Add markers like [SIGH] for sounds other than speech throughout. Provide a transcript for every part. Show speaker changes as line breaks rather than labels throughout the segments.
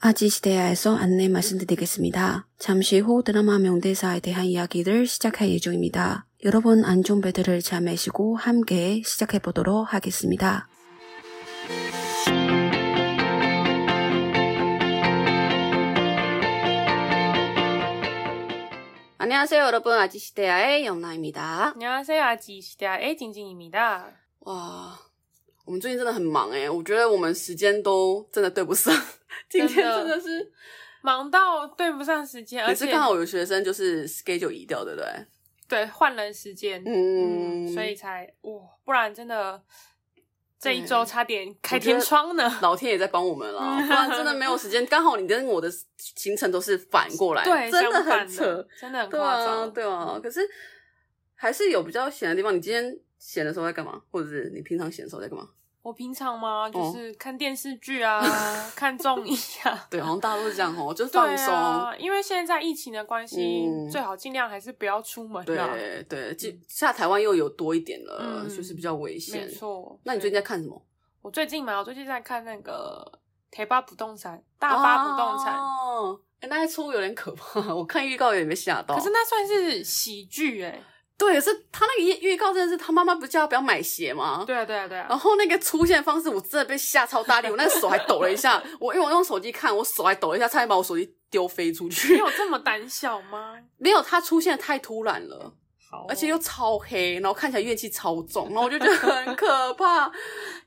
아지시대야에서 안내 말씀드리겠습니다. 잠시 후 드라마 명대사에 대한 이야기를 시작할 예정입니다. 여러분 안전 배드를 잘 매시고 함께 시작해 보도록 하겠습니다. 안녕하세요, 여러분. 아지시대야의 영라입니다.
안녕하세요, 아지 시대아 A 晶晶입니다
哇，我们最近真的很忙哎、我觉得我们时间都真的对不上。今天真的是，
忙到对不上时间，而
也是
且
刚好有学生就是 schedule 移掉，对不对？
对换了时间，
嗯
所以才哇，不然真的这一
对
周差点开天窗呢。
老天也在帮我们
[LAUGHS]
啦，
嗯
不然真的没有时间。刚好你跟我的行程都是反过来，
对，
真的
相反
很扯，，
真的很
对
夸
啊，
张。
对啊。可是还是有比较闲的地方。你今天闲的时候在干嘛？或者是你平常闲的时候在干嘛？
我平常嘛，
哦
就是看电视
[LAUGHS]
剧啊，看综艺啊。
对，好像大家都是这样哦，就是 [LAUGHS]
对
放松。
啊，因为现在疫情的关系，
嗯
最好尽量还是不要出门啦。
对对，就下台湾又有多一点了，
啊嗯
就是比较危险
没。错。
那你最近在看什么？
我最近嘛，我最近在看那个《贴吧不动产》，大巴不动产，
哦，哎那一出有点可怕，我看预告有点被吓到。
可是那算是喜剧哎、
对，是他那个预预告真的是他妈妈不是叫他不要买鞋吗？
对啊，对啊，对啊
然。后那个出现方式，我真的被吓超大力，我那个手还抖了一下。 [LAUGHS] 我因为我用手机看，我手还抖了一下，差点把我手机丢飞出
你
去 [LAUGHS]
有。这么胆小吗？
没有，他出现得太突然了，
好
而且又超黑，然后看起来怨气超重，然后我就觉得很可怕。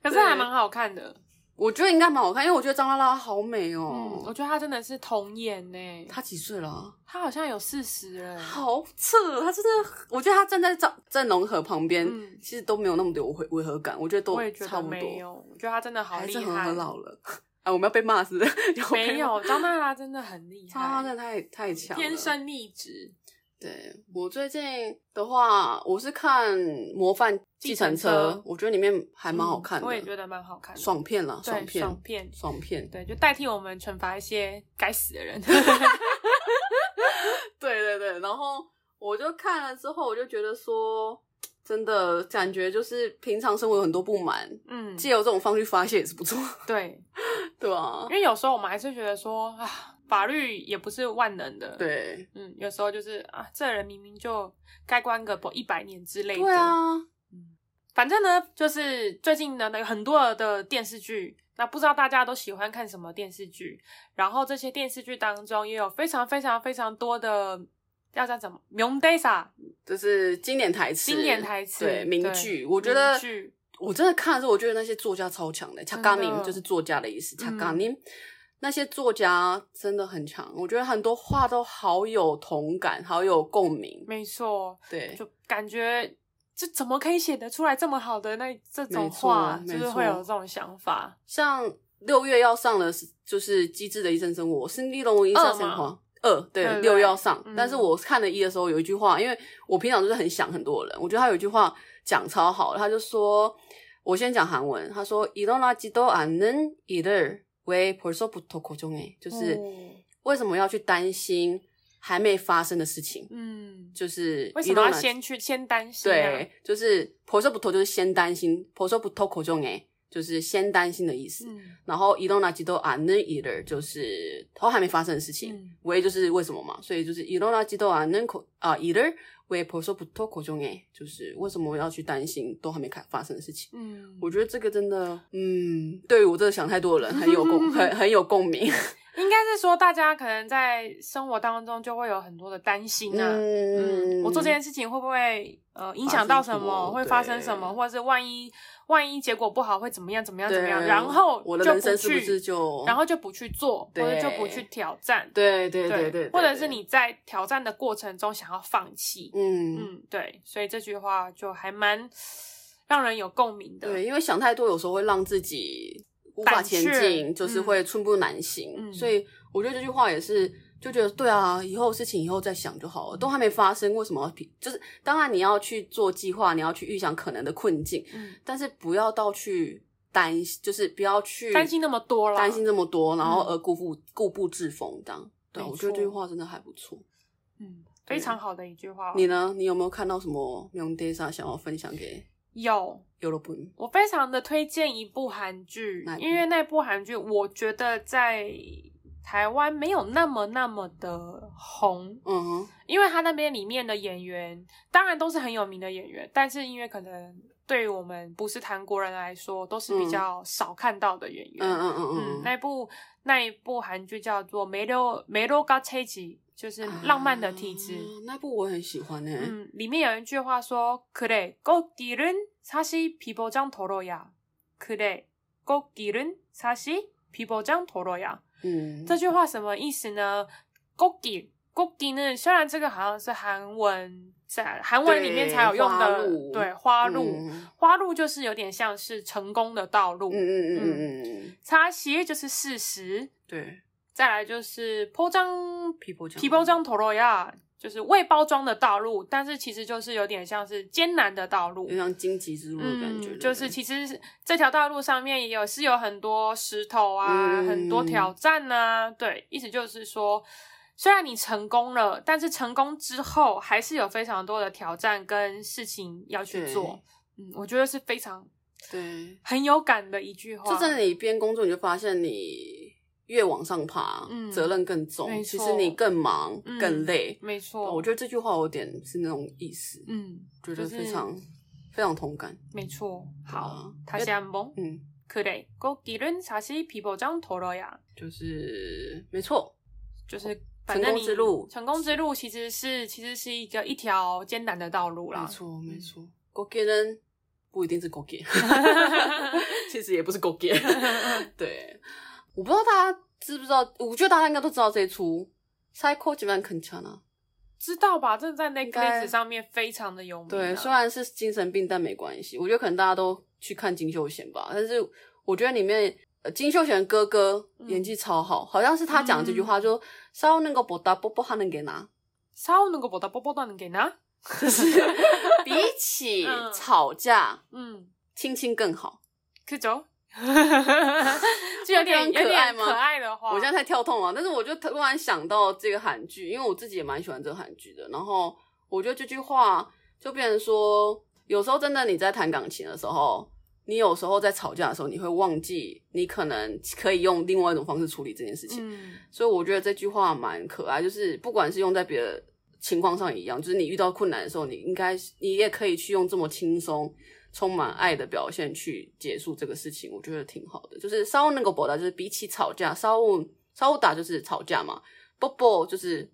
可是还蛮好看的。
我觉得应该蛮好看，因为我觉得张拉拉好美
嗯，
哦。
我觉得他真的是童颜呢、他
她几岁了啊？
他好像有四十了。欸
好扯，啊她真的，我觉得她站在张在龙河旁边，
嗯
其实都没有那么有违违和感，我觉得都
我也觉
差
得
不
没
多，
有，我觉得他真的好
还
厉
是很
害
很。老了。啊，我们要被骂是不是？要被骂
[LAUGHS] 没有，张娜拉真的很厉
张拉拉真
害，
的太太强了，
天生丽质。
对我最近的话，我是看《模范计程
计
车嗯
程》车
我觉得里面还蛮好看的，
嗯我也觉得蛮好看的。
爽片啦，
对
爽片，
爽片
爽片。
对，就代替我们惩罚一些该死的
[LAUGHS]
人。
对对对，然后我就看了之后，我就觉得说，真的感觉就是平常生活有很多不满，
嗯，
借由这种方式发泄也是不错， [LAUGHS]
对，
对啊吧
因？为有时候我们还是觉得说啊，法律也不是万能的。。
对，
嗯，有时候就是啊，这人明明就该关个不一百年之类的。
对，啊，
反正呢，就是最近呢有很多的电视剧，那不知道大家都喜欢看什么电视剧，然后这些电视剧当中也有非常非常非常多的。要讲什么？명대사
就是经典台词，
经典台词，
对名句，我觉
名
得
句
我真的看的时候，我觉得那些作家超强的，恰嘎
真
宁
的嗯
就是作家的意思，恰嘎宁。那些作家真的很强，我觉得很多话都好有同感，好有共鸣。
没错，
对，
就感觉这怎么可以写得出来这么好的那这
没
种
错
话，
没
就是
错
会有这种想法。
像六月要上的是就是《机智的医生生活》，是利龙医生生
二
活二，
对
对，
对
六月要上。
嗯
但是我看了一的时候有一句话，因为我平常就是很想很多人，我觉得他有一句话讲超好的，他就说，我先讲韩文，他说일어나지도않는일을왜벌써부터고정해，就是
哦
为什么要去担心还没发生的事情？
嗯，
就是
为什么要
일어나지-
先去先担心、啊？
对，就是벌써부터就是先担心，벌써부터고정해哎就是先担心的意思。
嗯，
然后移动垃圾都안는 e i 就是都还没发生的事情， [LAUGHS]
嗯
为就是为什么嘛，所以就是移动垃圾都안는口啊 e i为벌써부터고정해，就是哎为什么要去担心都还没开发生的事情。
嗯，
我觉得这个真的，嗯，对于我这个想太多的人很有
[LAUGHS]
共很很有共鸣。
应该是说大家可能在生活当中就会有很多的担心啊。嗯
嗯，
我做这件事情会不会呃影响到什
发生什
么？
么
会发生什么？
对
或者是万一万一结果不好会怎么样？怎么样？
对
怎么样？然后
我的
就
人生
不
是不
去，
是就
然后就不去做，或
对
者就不去挑战。
对对对对，
或者是
对
你在挑战的过程中想要放弃。
嗯
嗯，对，所以这句话就还蛮让人有共鸣的。
对，因为想太多有时候会让自己无法
胆
前
怯
进，就是
嗯
会寸步难行。
嗯
所以我觉得这句话也是，就觉得对啊，以后事情以后再想就好了，都还没发生，为什么要比？就是当然你要去做计划，你要去预想可能的困境，
嗯，
但是不要到去担心，就是不要去
担心那么多了，
嗯担心这么多，然后
嗯
而固步、固步自封这样。对啊，
没
我觉得这句
错
话真的还不错。
嗯，非常好的一句话。
你呢？你有没有看到什么명대사想要分享给
有，
여러분？
我非常的推荐一部韩剧
哪，一部
因为那部韩剧我觉得在台湾没有那么那么的红，
嗯哼，
因为他那边里面的演员当然都是很有名的演员，但是因为可能对于我们不是韩国人来说，都是比较少看到的演员。
嗯嗯嗯
嗯
嗯，
那一部那一部韩剧叫做《梅洛梅洛高切吉》，就是
啊
浪漫的体质。
那部我很喜欢呢。
嗯，里面有一句话说：“그래, 꼭길은사실비보장도로야。 그래, 꼭길은사실비보장도로야。”
嗯，
这句话什么意思呢 g o g i g o g i 呢？虽然这个好像是韩文，在韩文里面才有用
对花
的
路，
对花路，
嗯
花路就是有点像是成功的道路
嗯。嗯嗯嗯嗯嗯，
擦鞋就是事实，
对，
再来就是铺张
皮包
皮包装陀罗亚，就是未包装的道路，但是其实就是有点像是艰难的道路
有。像荆棘之路的感觉，对不
嗯、就
对
是其实这条道路上面也有是有很多石头啊，
嗯
很多挑战啊。对，意思就是说，虽然你成功了，但是成功之后还是有非常多的挑战跟事情要去
对
做。嗯，我觉得是非常
对，
很有感的一句话。
这真的，你边工作你就发现你越往上爬，
嗯
责任更
没
重，其
错
实你更忙、
嗯
更累。
没错。
我觉得这句话有点是那种意思，
嗯，
觉得
就是
非常、非常同感。
没错。好
啊，
他先蒙，
嗯，
그래꼭길은사실비보장도로야。
就是没错，
就是反正
成功
你
之路
成功之路其实是其实是一个一条艰难的道路啦
没。错，没错。嗯狗给人不一定是狗 [LAUGHS] 给，其实也不是狗 [LAUGHS] 给。对，我不知道大家知不知道，我觉得大家应该都知道这一出《Psycho 基本很强啊。
知道吧？这在
应该
Netflix 上面非常的有名啊。
对，虽然是精神病，但没关系。我觉得可能大家都去看金秀贤吧，但是我觉得里面。呃金秀贤哥哥演技超好，好像是他讲这句话，就烧那个博达波波哈能给拿，
稍能够波到波波到能给拿，
比起
嗯
吵架，
嗯，
[LAUGHS] 亲亲更好。
可走，就有点
不觉得很可
有
爱
点
吗
可爱的话，
我现在太跳痛了，但是我就突然想到这个韩剧，因为我自己也蛮喜欢这个韩剧的。然后我觉得这句话就变成说，有时候真的你在弹钢琴的时候，你有时候在吵架的时候，你会忘记你可能可以用另外一种方式处理这件事情。
嗯
所以我觉得这句话蛮可爱，就是不管是用在别的情况上也一样，就是你遇到困难的时候，你应该你也可以去用这么轻松、充满爱的表现去结束这个事情，我觉得挺好的。就是稍微能够表达，就是比起吵架，稍微稍微打就是吵架嘛，波波就是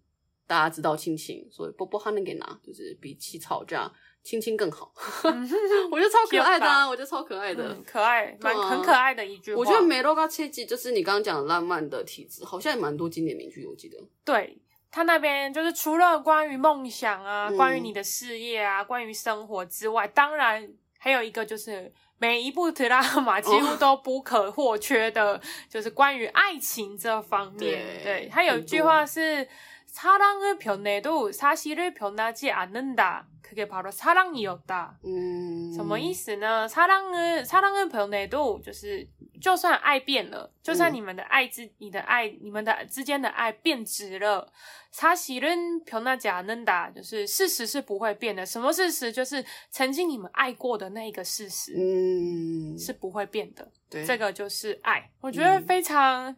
大家知道亲情，所以波波哈能给拿，就是比起吵架，亲亲更好。 [LAUGHS] 我觉得超可爱的啊，我觉得超可爱的。
嗯可爱，蛮
对啊
很可爱的一句话。
我觉得梅洛高切记就是你刚刚讲的浪漫的体质，好像也蛮多经典名句，我记得。
对他那边就是除了关于梦想啊、
嗯
关于你的事业啊、关于生活之外，当然还有一个就是每一部提拉玛几乎都不可或缺的，就是关于爱情这方面。
对
对，他有一
很
句
多
话是“사랑을변해도사실을변하지않는다”，그게바로사랑이었다。
嗯，
什么意？思呢？사랑은사랑은변해도就是，就算爱变了，就算
嗯
你们的爱之、你的爱、你们的之间的爱变质了，사실은변하지않는다，就是事实是不会变的。什么事实？就是曾经你们爱过的那一个事实、
嗯，
是不会变的。
对嗯
这个就是爱，我觉得非常。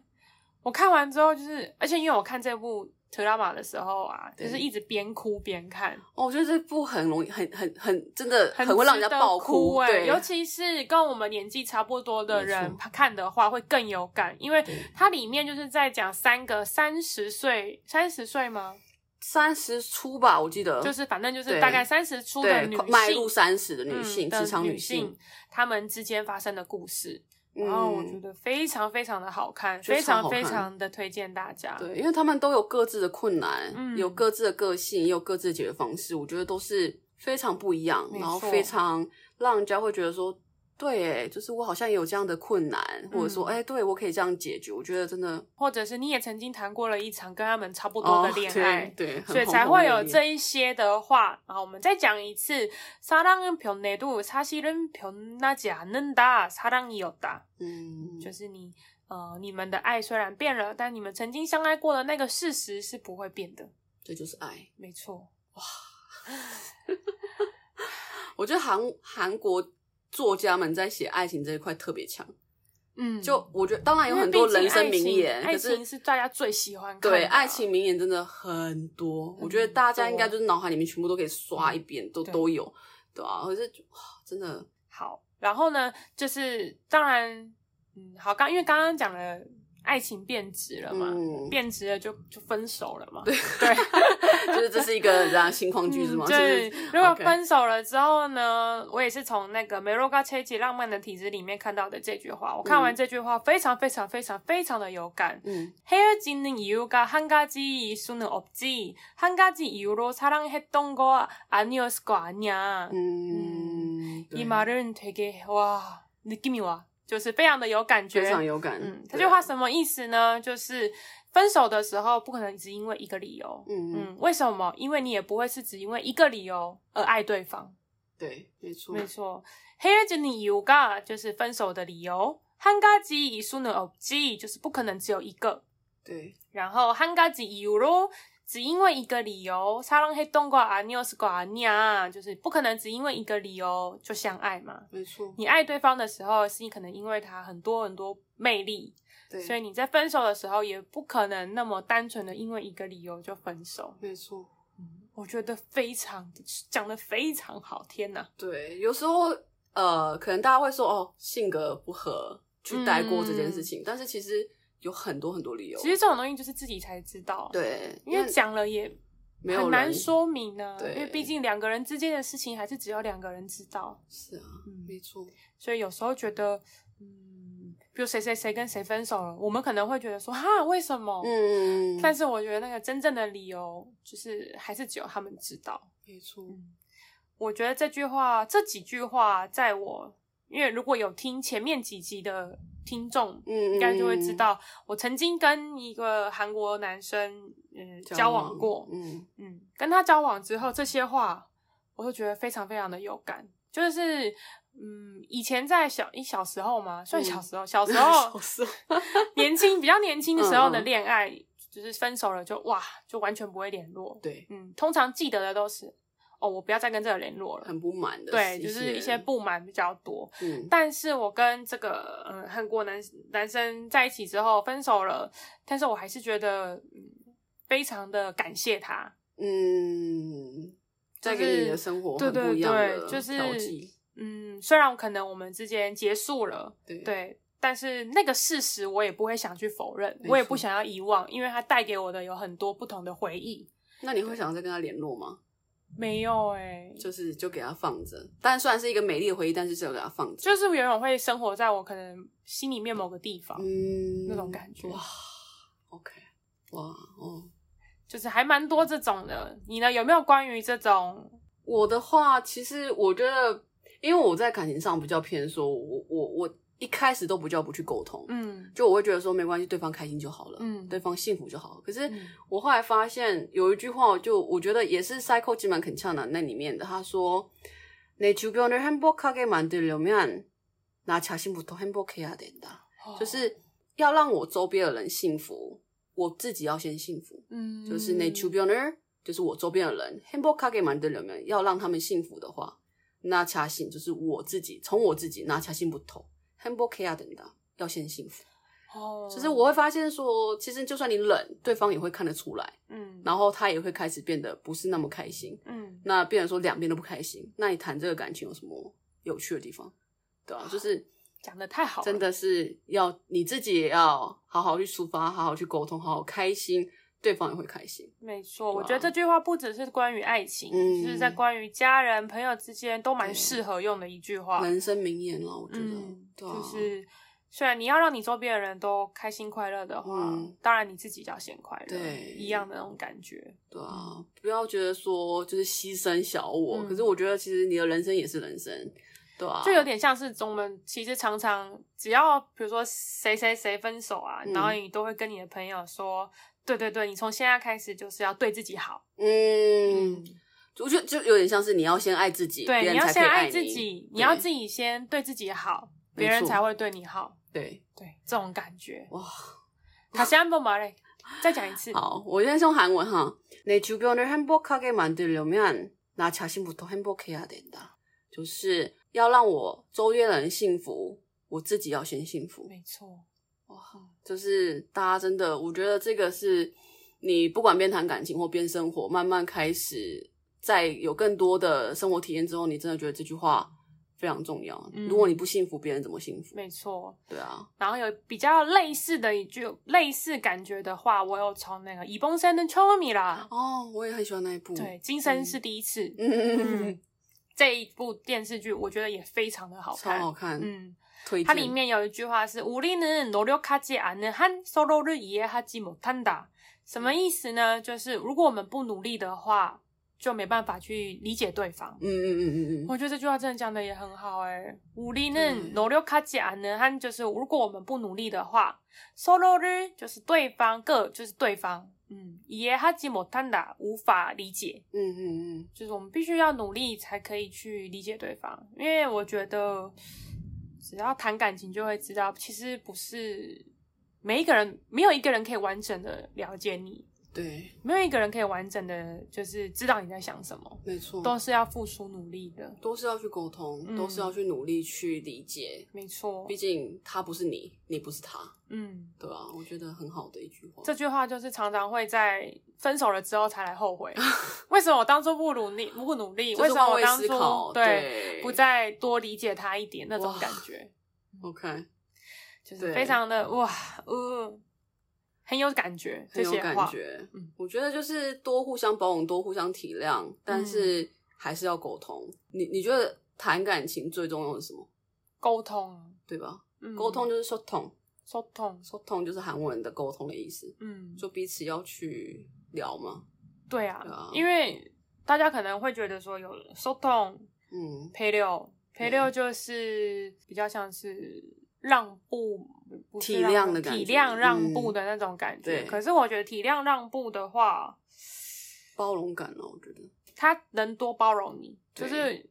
我看完之后，就是而且因为我看这部《特拉玛》的时候啊，就
对
是一直边哭边看。
哦，我觉得这部很容易，很很很，真的
很
会让人
值
家
得
爆
哭哎、
对，
尤其是跟我们年纪差不多的人
没
看的话，会更有感，因为
对
它里面就是在讲三个三十岁，三十岁吗？
三十出吧，我记得
就是反正就是
呃对
大概三十出的
对
女
迈入
性。
三十的
嗯
女性，
的
职场
女
性，，
她们之间发生的故事，
嗯
然后我觉得非常非常的好看，
觉得
非
超
常
好
非
看
常的推荐大家。
对，因为他们都有各自的困难，
嗯
有各自的个性，也有各自的解决方式，我觉得都是非常不一样
没，
然后
错
非常让人家会觉得说，对，哎，就是我好像也有这样的困难，或者说，
嗯
哎，对我可以这样解决，我觉得真的
或者是你也曾经谈过了一场跟他们差不多的恋爱，
哦、对，对很
所以
轰
才
轰
会
烈
有
烈
这一些的话。然后我们再讲一次，사랑은변해도사실은변하지않는다사랑이었다，
嗯，
就是你呃，你们的爱虽然变了，但你们曾经相爱过的那个事实是不会变的。
这就是爱。
没错，
我觉得韩韩国作家们在写爱情这一块特别强，
嗯，
就我觉得，当然有很多人生名言，
因为
可
毕竟爱情爱
是
情是大家最喜欢看的啊
对爱情名言真的很多，我觉得大家应该就是脑海里面全部都可以刷一遍，都
嗯对
都有，对啊，可是就哇，真的
好，然后呢，就是当然，嗯，好，刚因为刚刚讲了爱情变质了嘛，
嗯
变质了就就分手了嘛，对对，
就是这是一个这样
[LAUGHS]
情况剧是吗？
嗯
就
对
是，
如果
OK
分手了之后呢，我也是从那个梅洛高切奇《浪漫的体质》里面看到的这句话，我看完这句话非常非常非常非常的有感。
嗯
헤어지는 이유가 한 가지일 수는 없지. 한 가지 이유로 사랑했던 거 아니었을 거 아니야.
嗯，对
이 말은 되게 와 느낌이 와, 就是非常的有感觉。
非常有感，
嗯，这
对
句话什么意思呢？就是分手的时候不可能只因为一个理由。
嗯嗯
嗯，为什么？因为你也不会是只因为一个理由而爱对方。
对，没错
没错，헤어지는 이유가 就是分手的理由，한가지이유는없지就是不可能只有一个。
对，
然后한가지이유로只因为一个理由，사랑했던거아니었을거아니야，就是不可能只因为一个理由就相爱嘛。
没错，
你爱对方的时候，是你可能因为他很多很多魅力，
对，
所以你在分手的时候，也不可能那么单纯的因为一个理由就分手。
没错。
我觉得非常讲的非常好，天哪！
对，有时候呃，可能大家会说哦，性格不合去带过这件事情，但是其实有很多很多理由。
嗯其实这种东西就是自己才知道，，
对，
因为讲了也
没有
很难
人
说明呢、
对
因为毕竟两个人之间的事情还是只有两个人知道，
是啊，
嗯
没错，
所以有时候觉得，嗯，比如谁谁谁跟谁分手了，我们可能会觉得说，哈，为什么？
嗯，
但是我觉得那个真正的理由，就是还是只有他们知道。
没错，
我觉得这句话，这几句话，在我因为如果有听前面几集的听众，
嗯，
应该就会知道，我曾经跟一个韩国男生，嗯，交往过，
嗯，
嗯，跟他交往之后，这些话我都觉得非常非常的有感，就是，嗯，以前在小一小时候嘛，算
嗯
小时候，小时候
小 [LAUGHS] 时候
年轻比较年轻的时候的
嗯嗯
恋爱，就是分手了就哇，就完全不会联络。
对，
嗯，通常记得的都是哦，我不要再跟这个联络了。
很呃不满的，
对，就是一些，不满比较多。
嗯，
但是我跟这个嗯韩国男男生在一起之后分手了，但是我还是觉得嗯非常的感谢他。
嗯，带给你的生活
对
很不
对
一样的
对，就是
调剂，
嗯，虽然可能我们之间结束了，
对
对，但是那个事实我也不会想去否认，
没
我也
错
不想要遗忘，因为它带给我的有很多不同的回忆。
那你会想再跟他联络吗？
没有哎、
就是就给他放着，但虽然是一个美丽的回忆，但是是有给他放着，
就是永远会生活在我可能心里面某个地方，
嗯，
那种感觉
哇，OK，哇哦，
就是还蛮多这种的。你呢，有没有关于这种？
我的话，其实我觉得，因为我在感情上比较偏说，我我我一开始都不叫不去沟通，
嗯
就我会觉得说没关系，对方开心就好了，
嗯
对方幸福就好了。可是
嗯
我后来发现有一句话，就我觉得也是《Psycho 金满肯呛的那里面的，他说：“내주변을행복하게만들려면나자신부터행복해야된다。”就是要让我周边的人幸福，我自己要先幸福。
嗯，
就是내 주변을就是我周边的人，행복하게 만들려면要让他们幸福的话，那恰信就是我自己，从我自己那恰信不同，행복해야 된다，要先幸福。
哦，
就是我会发现说，其实就算你冷，对方也会看得出来，
嗯，
然后他也会开始变得不是那么开心。
嗯
那变成说两边都不开心，那你谈这个感情有什么有趣的地方？对啊，就是
讲的太好了，
真的是要你自己也要好好去抒发，好好去沟通，好好开心，对方也会开心。
没错，
对啊
我觉得这句话不只是关于爱情，
嗯
就是在关于家人、朋友之间都蛮
对
适合用的一句话。
人生名言了，我觉得，
嗯，
对啊，
就是虽然你要让你周边的人都开心快乐的话，
嗯
当然你自己要先快乐，
对
一样的那种感觉。
对啊，不要觉得说就是牺牲小我，
嗯
可是我觉得其实你的人生也是人生，对啊，
就有点像是我们其实常常只要比如说谁谁谁分手啊，
嗯
然后你都会跟你的朋友说，对对对，你从现在开始就是要对自己好，
嗯，我觉得就有点像是你要先爱自己，别
对，
人
你要
才可
先
以
爱
你
自己，你
对
要自己先对自己好，
没
别人
错
才会对你好，
对，
对，这种感觉。
哇，
다시한번말해，再 [LAUGHS] 讲一次。
[LAUGHS] 好，我现在是用韩文哈，내주변을행복하게만들려면나자신부터행복해야된다，就是要让我周边的人幸福， 我自己要先幸福。
没错，
就是大家真的，我觉得这个是你不管边谈感情或边生活，慢慢开始在有更多的生活体验之后，你真的觉得这句话非常重要。
嗯
如果你不幸福，别人怎么幸福？
没错。
对啊，
然后有比较类似的一句类似感觉的话，我有从那个《以崩山的秋米》啦，
哦，我也很喜欢那一部。
对，今生是第一次、
嗯，嗯嗯 [LAUGHS]
嗯这一部电视剧，我觉得也非常的好
超
看。
好看，
嗯，
推荐。
它里面有一句话是“우리는노력하지않는한서로를이해하지못한다”，什么意思呢？就是如果我们不努力的话，就没办法去理解对方。
嗯，嗯嗯嗯嗯嗯，
我觉得这句话真的讲的也很好哎、努力
对
는노력하지않는和就是如果我们不努力的话，solo를 就是对方个就是对方，嗯，也하지못한다无法理解，
嗯嗯嗯，
就是我们必须要努力才可以去理解对方，因为我觉得只要谈感情就会知道，其实不是每一个人没有一个人可以完整的了解你，
对，
没有一个人可以完整的就是知道你在想什么，
没错，
都是要付出努力的，
都是要去沟通，
嗯
都是要去努力去理解。
没错
毕，竟他不是你，你不是他，
嗯。
对啊，我觉得很好的一句话。
这句话就是常常会在分手了之后才来
[LAUGHS]
后悔，为什么我当初不努力不努力？
就
为
是
什么
换
我
位
当
思考，
初对
对，
不再多理解他一点那种
哇
感觉，
OK，
就是
对
非常的哇，呃，很有感觉这
很有
些
感
话，
觉
嗯。
我觉得就是多互相包容，多互相体谅，但
嗯
是还是要沟通。你你觉得谈感情最重要的是什么？
沟通，
对吧？
嗯
沟通就是说通，
沟通，
说通就是韩文的沟通的意思，
嗯，
就彼此要去聊嘛。
对啊
对啊，
因为大家可能会觉得说有沟通
嗯，
陪六
对
陪六就是比较像是让步，不是
体
让
谅
步
的感
体
觉
谅让
嗯
步的那种感觉。
对
可是我觉得体谅让步的话，
包容感哦，我觉得，
他能多包容你，就
对
是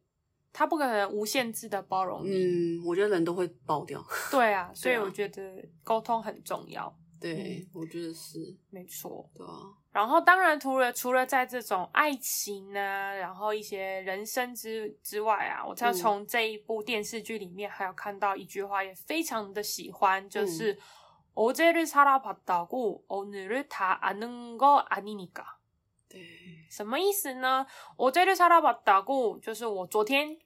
他不可能无限制的包容你。
嗯，我觉得人都会爆掉。 [LAUGHS]
对啊，所以
对啊
我觉得沟通很重要，
对，我觉得是，
没错。
对啊，
然后当然，除了除了在这种爱情呢、然后一些人生之之外啊，我在
嗯
从这一部电视剧里面还有看到一句话，也非常的喜欢，就是“어제를살아봤다고오늘을다아는거아니니까”。
对，
什么意思呢？我这就查到把打过，就是我昨天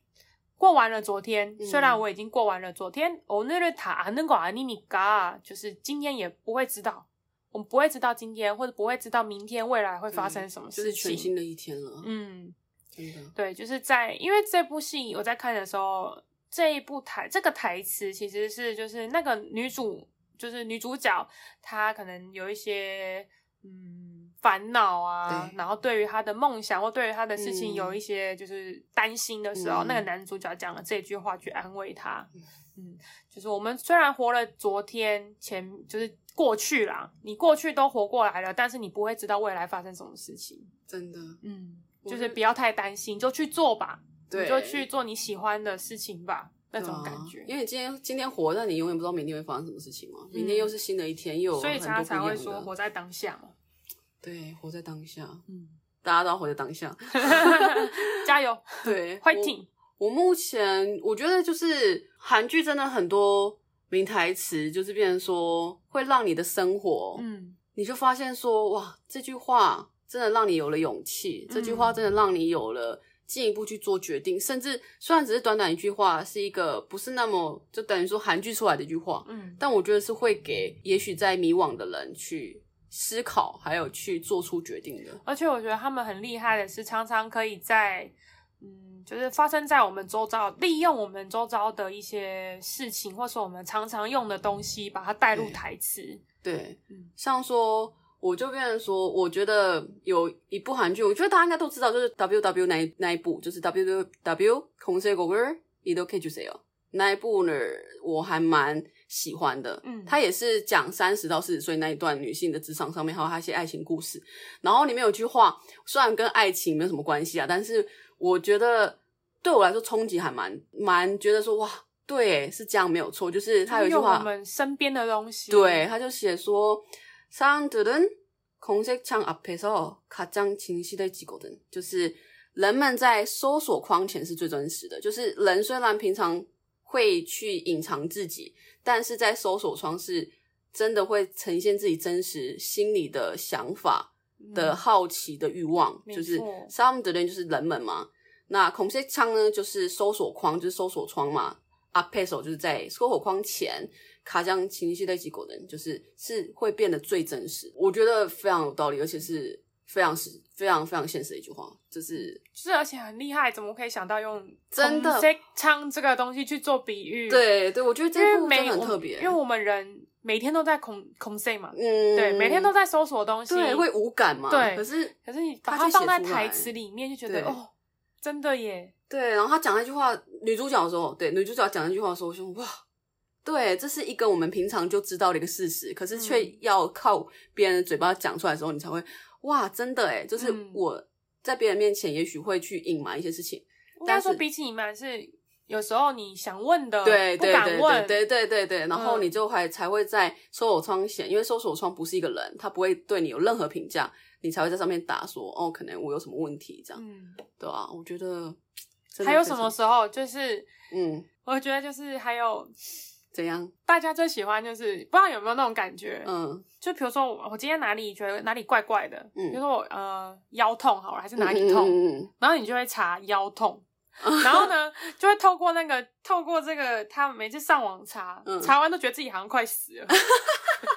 过完了昨天，
嗯
虽然我已经过完了昨天，오늘을다안는거아니니까，就是啊今天也不会知道，我们不会知道今天或者不会知道明天未来会发生什么
嗯就是
事
全
情。
新的一天了，
嗯，
真的。
对，就是在因为这部戏我在看的时候，这一部台这个台词其实是就是那个女主就是女主角她可能有一些嗯烦恼啊，
对
然后对于她的梦想或对于她的事情
嗯
有一些就是担心的时候，
嗯
那个男主角讲了这句话去安慰她
嗯。
嗯，就是我们虽然活了昨天前，就是过去啦，你过去都活过来了，但是你不会知道未来发生什么事情。
真的，
嗯，
我
就
觉
是
得
不要太担心，就去做吧，
对
你就去做你喜欢的事情吧，那种感觉
对啊。因为你今天今天活，但你永远不知道明天会发生什么事情嘛。明天又是嗯新的一天，又有
所以
很多不一
常
样的。
常会说活在当下嘛。
对，活在当下，
嗯，
大家都要活在当 [LAUGHS] 下。
[LAUGHS] 加油，
对，
快
我
挺。
我目前我觉得就是韩剧真的很多名台词，就是变成说会让你的生活，
嗯，
你就发现说哇，这句话真的让你有了勇气，
嗯
这句话真的让你有了。进一步去做决定，甚至虽然只是短短一句话，是一个不是那么就等于说韩剧出来的一句话，
嗯，
但我觉得是会给也许在迷惘的人去思考，还有去做出决定的。
而且我觉得他们很厉害的是，常常可以在。嗯，就是发生在我们周遭，利用我们周遭的一些事情，或是我们常常用的东西，把它带入
对
台词。
对
嗯，
像说，我就变成说，我觉得有一部韩剧，我觉得大家应该都知道，就是 W W 那一那一部，就是 W W 공세곡을이렇게주세요那哦一部呢，我还蛮喜欢的。
嗯
它也是讲三十到四十岁那一段女性的职场上面，还有她一些爱情故事。然后里面有句话，虽然跟爱情没有什么关系啊，但是我觉得对我来说冲击还蛮蛮，觉得说哇，对耶，是这样没有错。就是他有一句
用
话，
我们身边的东西。
对，，他就写说，사람들은검색창앞에서가장진실해지거든，就是人们在搜索框前是最真实的。就是人虽然平常会去隐藏自己，但是在搜索窗是真的会呈现自己真实心里的想法
嗯
的好奇的欲望，
没
就是
错
some 的人就是人们嘛。那孔雀窗呢，就是搜索框，就是搜索窗嘛。啊，配手就是在搜索框前，卡将情绪在几果人，就是是会变得最真实。我觉得非常有道理，而且是非常实、非常非常现实的一句话，就是
就是而且很厉害，怎么可以想到用
真的
这唱这个东西去做比喻？，
对对，我觉得
因
这
为
部真
每
的很
我
特别，
因为我们人每天都在恐恐 say 嘛，
嗯，
对，每天都在搜索东西，
对会无感嘛，
对
可是
可是你把
它
它
就
放
写
在
出
台
来
词里面，就觉得
对
哦，真的耶，
对，然后他讲那句话，女主角的时候，对女主角讲那句话的时候，我就哇，对，这是一个我们平常就知道的一个事实，可是却
嗯
要靠别人的嘴巴讲出来的时候，你才会哇，真的哎，就是
嗯
我在别人面前也许会去隐瞒一些事情，
应
但
该
是
说比起你们是有时候你想问的，
对
呃不
对
敢
对
问，
对对对对对，然后
嗯
你就还才会在搜索窗前，因为搜索窗不是一个人，他不会对你有任何评价，你才会在上面打说哦，可能我有什么问题这样，
嗯，
对啊，我觉得真的
还有
非
什么
常
时候就是，
嗯
我觉得就是还有
怎样
大家最喜欢就是不知道有没有那种感觉，
嗯。
就比如说我我今天哪里觉得哪里怪怪的，
嗯
比如说我呃腰痛好了，还是哪里痛，
嗯嗯嗯
然后你就会查腰
[LAUGHS]
痛。然后呢，就会透过那个，透过这个，他每次上网查，
嗯
查完都觉得自己好像快死了。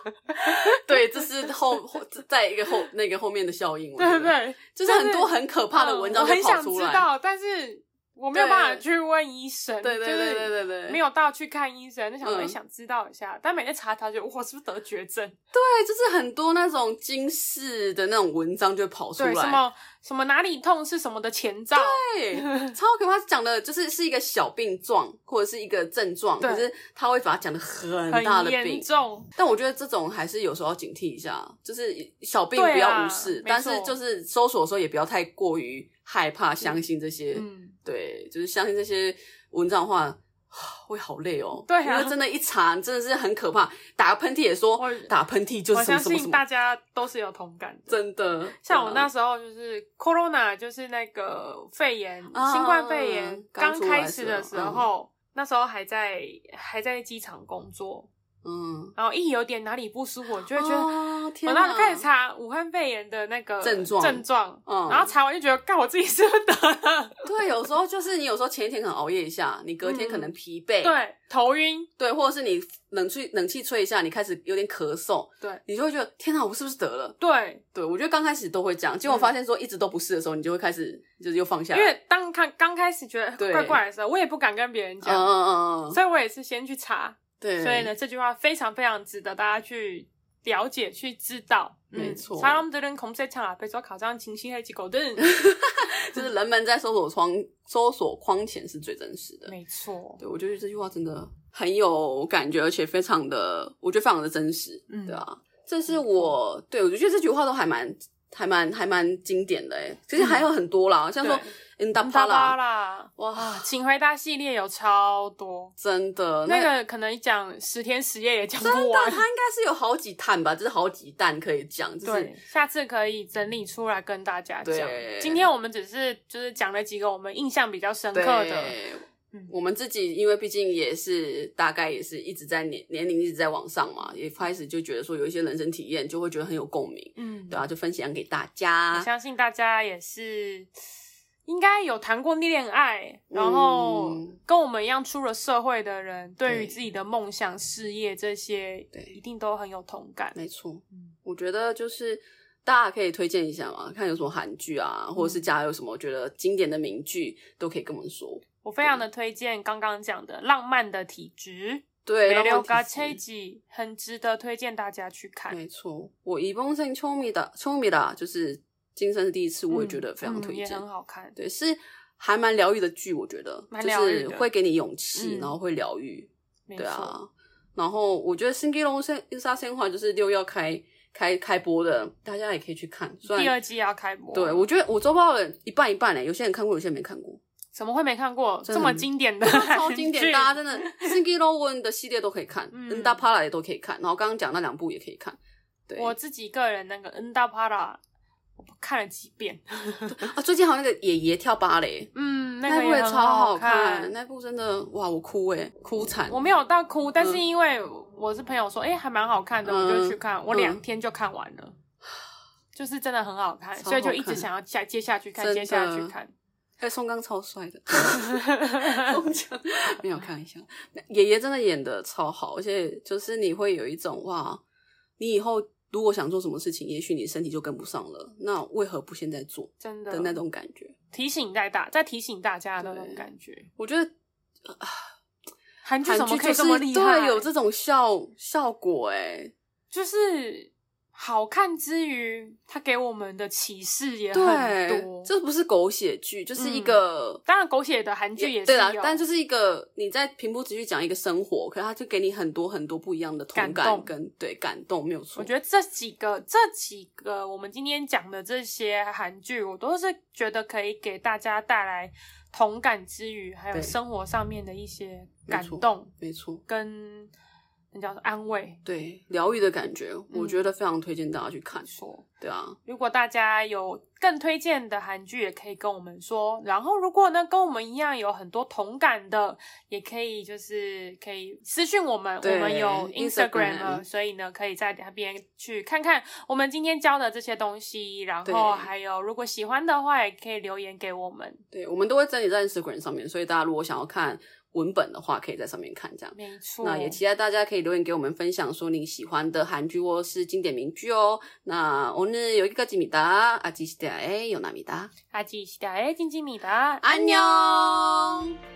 嗯
[LAUGHS]
对，这是后后这在一个后那个后面的效应，我
对
觉
对
得，
对，
就是很多很可怕的文章
嗯
就
我很
跑
想
出
知
来，
道，但是我没有办法
对
去问医生，
对对对对对对，
没有到去看医生，就想说
嗯
哎想知道一下，但每天查查就哇是不是得绝症？
对，就是很多那种惊世的那种文章就会跑出
对，
来，
什么什么哪里痛是什么的前兆，
对，
[LAUGHS]
超可怕，讲的就是是一个小病状或者是一个症状，
对
可是他会把它讲的很大
很
的
严
病。
重，
但我觉得这种还是有时候要警惕一下，就是小病
对啊
不要无视，
没
但
错
是就是搜索的时候也不要太过于害怕、相信这些。
嗯，
对，就是相信这些文章的话， [SIGHS] 会好累哦。
对啊
因为真的，一查真的是很可怕。打个喷嚏也说
我，
打喷嚏就是
我
什么
相
什么
信
什
大
么，
家都是有同感的。
真的。啊
像我那
时
时候就是 corona，就是那个肺炎，
啊
新冠肺炎
刚
刚
出来
开始
的
的
时
时
候嗯
候，那时候还在还在机场工作，
嗯，
然后一有点哪里不舒服，我就会觉得，
哦天
我
哪
那时候开始查武汉肺炎的那个
症状
症状，
嗯
然后查完就觉得，干我自己是不是得了？
对，有时候就是你有时候前一天可能熬夜一下，你隔天可能疲惫，
嗯对，头晕，
对，或者是你冷气冷气吹一下，你开始有点咳嗽，
对
你就会觉得天哪，我是不是得了？
对，
对，我觉得刚开始都会这样，结果发现说一直都不是的时候，你就会开始就是又放下
嗯因
来，
为当看刚开始觉得
啊对
怪怪的时候，我也不敢跟别人
嗯
讲，
嗯嗯嗯嗯，
所以我也是先去查。
对，
所以呢，这句话非常非常值得大家去了解、去知道。嗯
没错
사람들은검색창 앞에서 가장 진실해지 거든。
[LAUGHS] 就是人们在搜索窗、搜索框前是最真实的。
没错，
对，我觉得这句话真的很有感觉，而且非常的，我觉得非常的真实，
嗯
对啊，这是我对我就觉得这句话都还蛮、还蛮、还蛮经典的诶其实还有很多啦，像说嗯达
巴
帕啦，
拉啦，
哇，
请回答系列有超多。
真的
那个可能讲十天十夜也讲不
但
完。
它应该是有好几碳吧，就是好几弹可以讲，就是
对，下次可以整理出来跟大家讲
对。
今天我们只是就是讲了几个我们印象比较深刻
对
的，嗯
我们自己因为毕竟也是大概也是一直在年年龄一直在往上嘛，也开始就觉得说有一些人生体验就会觉得很有共鸣，
嗯，
对啊，就分享给大
我
家。
相信大家也是应该有谈过恋爱，然后
嗯
跟我们一样出了社会的人，对于
对
自己的梦想、事业这些，
对
一定都很有同感。
没错
嗯，
我觉得就是大家可以推荐一下嘛，看有什么韩剧啊，或者
嗯
是家有什么觉得经典的名句，都可以跟我们说。
我非常的推荐刚刚讲的《浪漫的体质
对，》，
梅
让
留
我
嘎
们
切
提示
吉很值得推荐大家去看。
没错，我一梦胜秋米的秋米的，啊就是今生是第一次，我也觉得非常
嗯
推
也
荐。
很好看。
对，是还蛮疗愈的剧，我觉得
蛮
就
疗愈
是
的
会给你勇气，
嗯
然后会疗愈，
没
对
错，
啊。然后我觉得《新基隆生印沙鲜花》就是六要开开开播的，大家也可以去看。虽
第
然
二季要开播，
对我觉得我周报的人一半一半嘞、有些人看过，有些人没看
[LAUGHS]
过，
怎么会没看过
真
这
的
么
很
经典的
[LAUGHS] 超经典，大家真
的
的《新基隆文》的系列都可以看，
嗯
《恩大帕拉》也都可以看，然后刚刚讲那两部也可以看。对，
我自己个人那个《恩大帕拉》，我看了几遍。
啊，最近还有那个爷爷跳芭蕾，
嗯，
那
个
部也超
好
看，。那部真的哇，我哭诶、哭惨。
我没有到哭，但
嗯
是因为我是朋友说，哎、还蛮好看的，我就去看，我
嗯
两天就看完了，就是真的很好看，
超好
所以就一直
看
想要下接下去看，
真的
接下去
[LAUGHS]
看。
哎、宋刚超帅
[LAUGHS]
的，宋江没有开玩笑，爷爷真的演的超好，而且就是你会有一种哇，你以后如果想做什么事情，也许你身体就跟不上了，那为何不现在做
真的
的那种感觉？
提醒在大，在提醒大家的那种
对
感觉。
我觉得
韩剧
韩
怎
剧
么可
就
以
是
这么厉害？
对有这种效效果哎、
就是好看之余，它给我们的启示也很
对
多，。
这不是狗血剧，就是一个。
当然狗血的嗯韩剧也是
对啦
有，，
但就是一个你在平铺直叙讲一个生活，可是他就给你很多很多不一样的同
感
感
动
跟对感动，没有错。
我觉得这几个、这几个我们今天讲的这些韩剧，我都是觉得可以给大家带来同感之余，还有
对
生活上面的一些
没
感
错
动
没错，
跟那叫什么安慰。
对疗愈的感觉，我
嗯
觉得非常推荐大家去看。
说，
对啊，
如果大家有更推荐的韩剧，也可以跟我们说。然后，如果呢跟我们一样有很多同感的，也可以就是可以私讯我们，我
对
们有 Instagram
Instagram
了，所以呢可以在那边去看看我们今天教的这些东西。然后
对
还有，如果喜欢的话，也可以留言给我们。
对，我们都会整理在 Instagram 上面，所以大家如果想要看文本的话，可以在上面看这样。
没错，
那也期待大家可以留言给我们分享说你喜欢的韩剧或是经典名剧哦。那오늘여기까지입니다아지시대의요나입니다
哎 阿吉시다의金金米的
안녕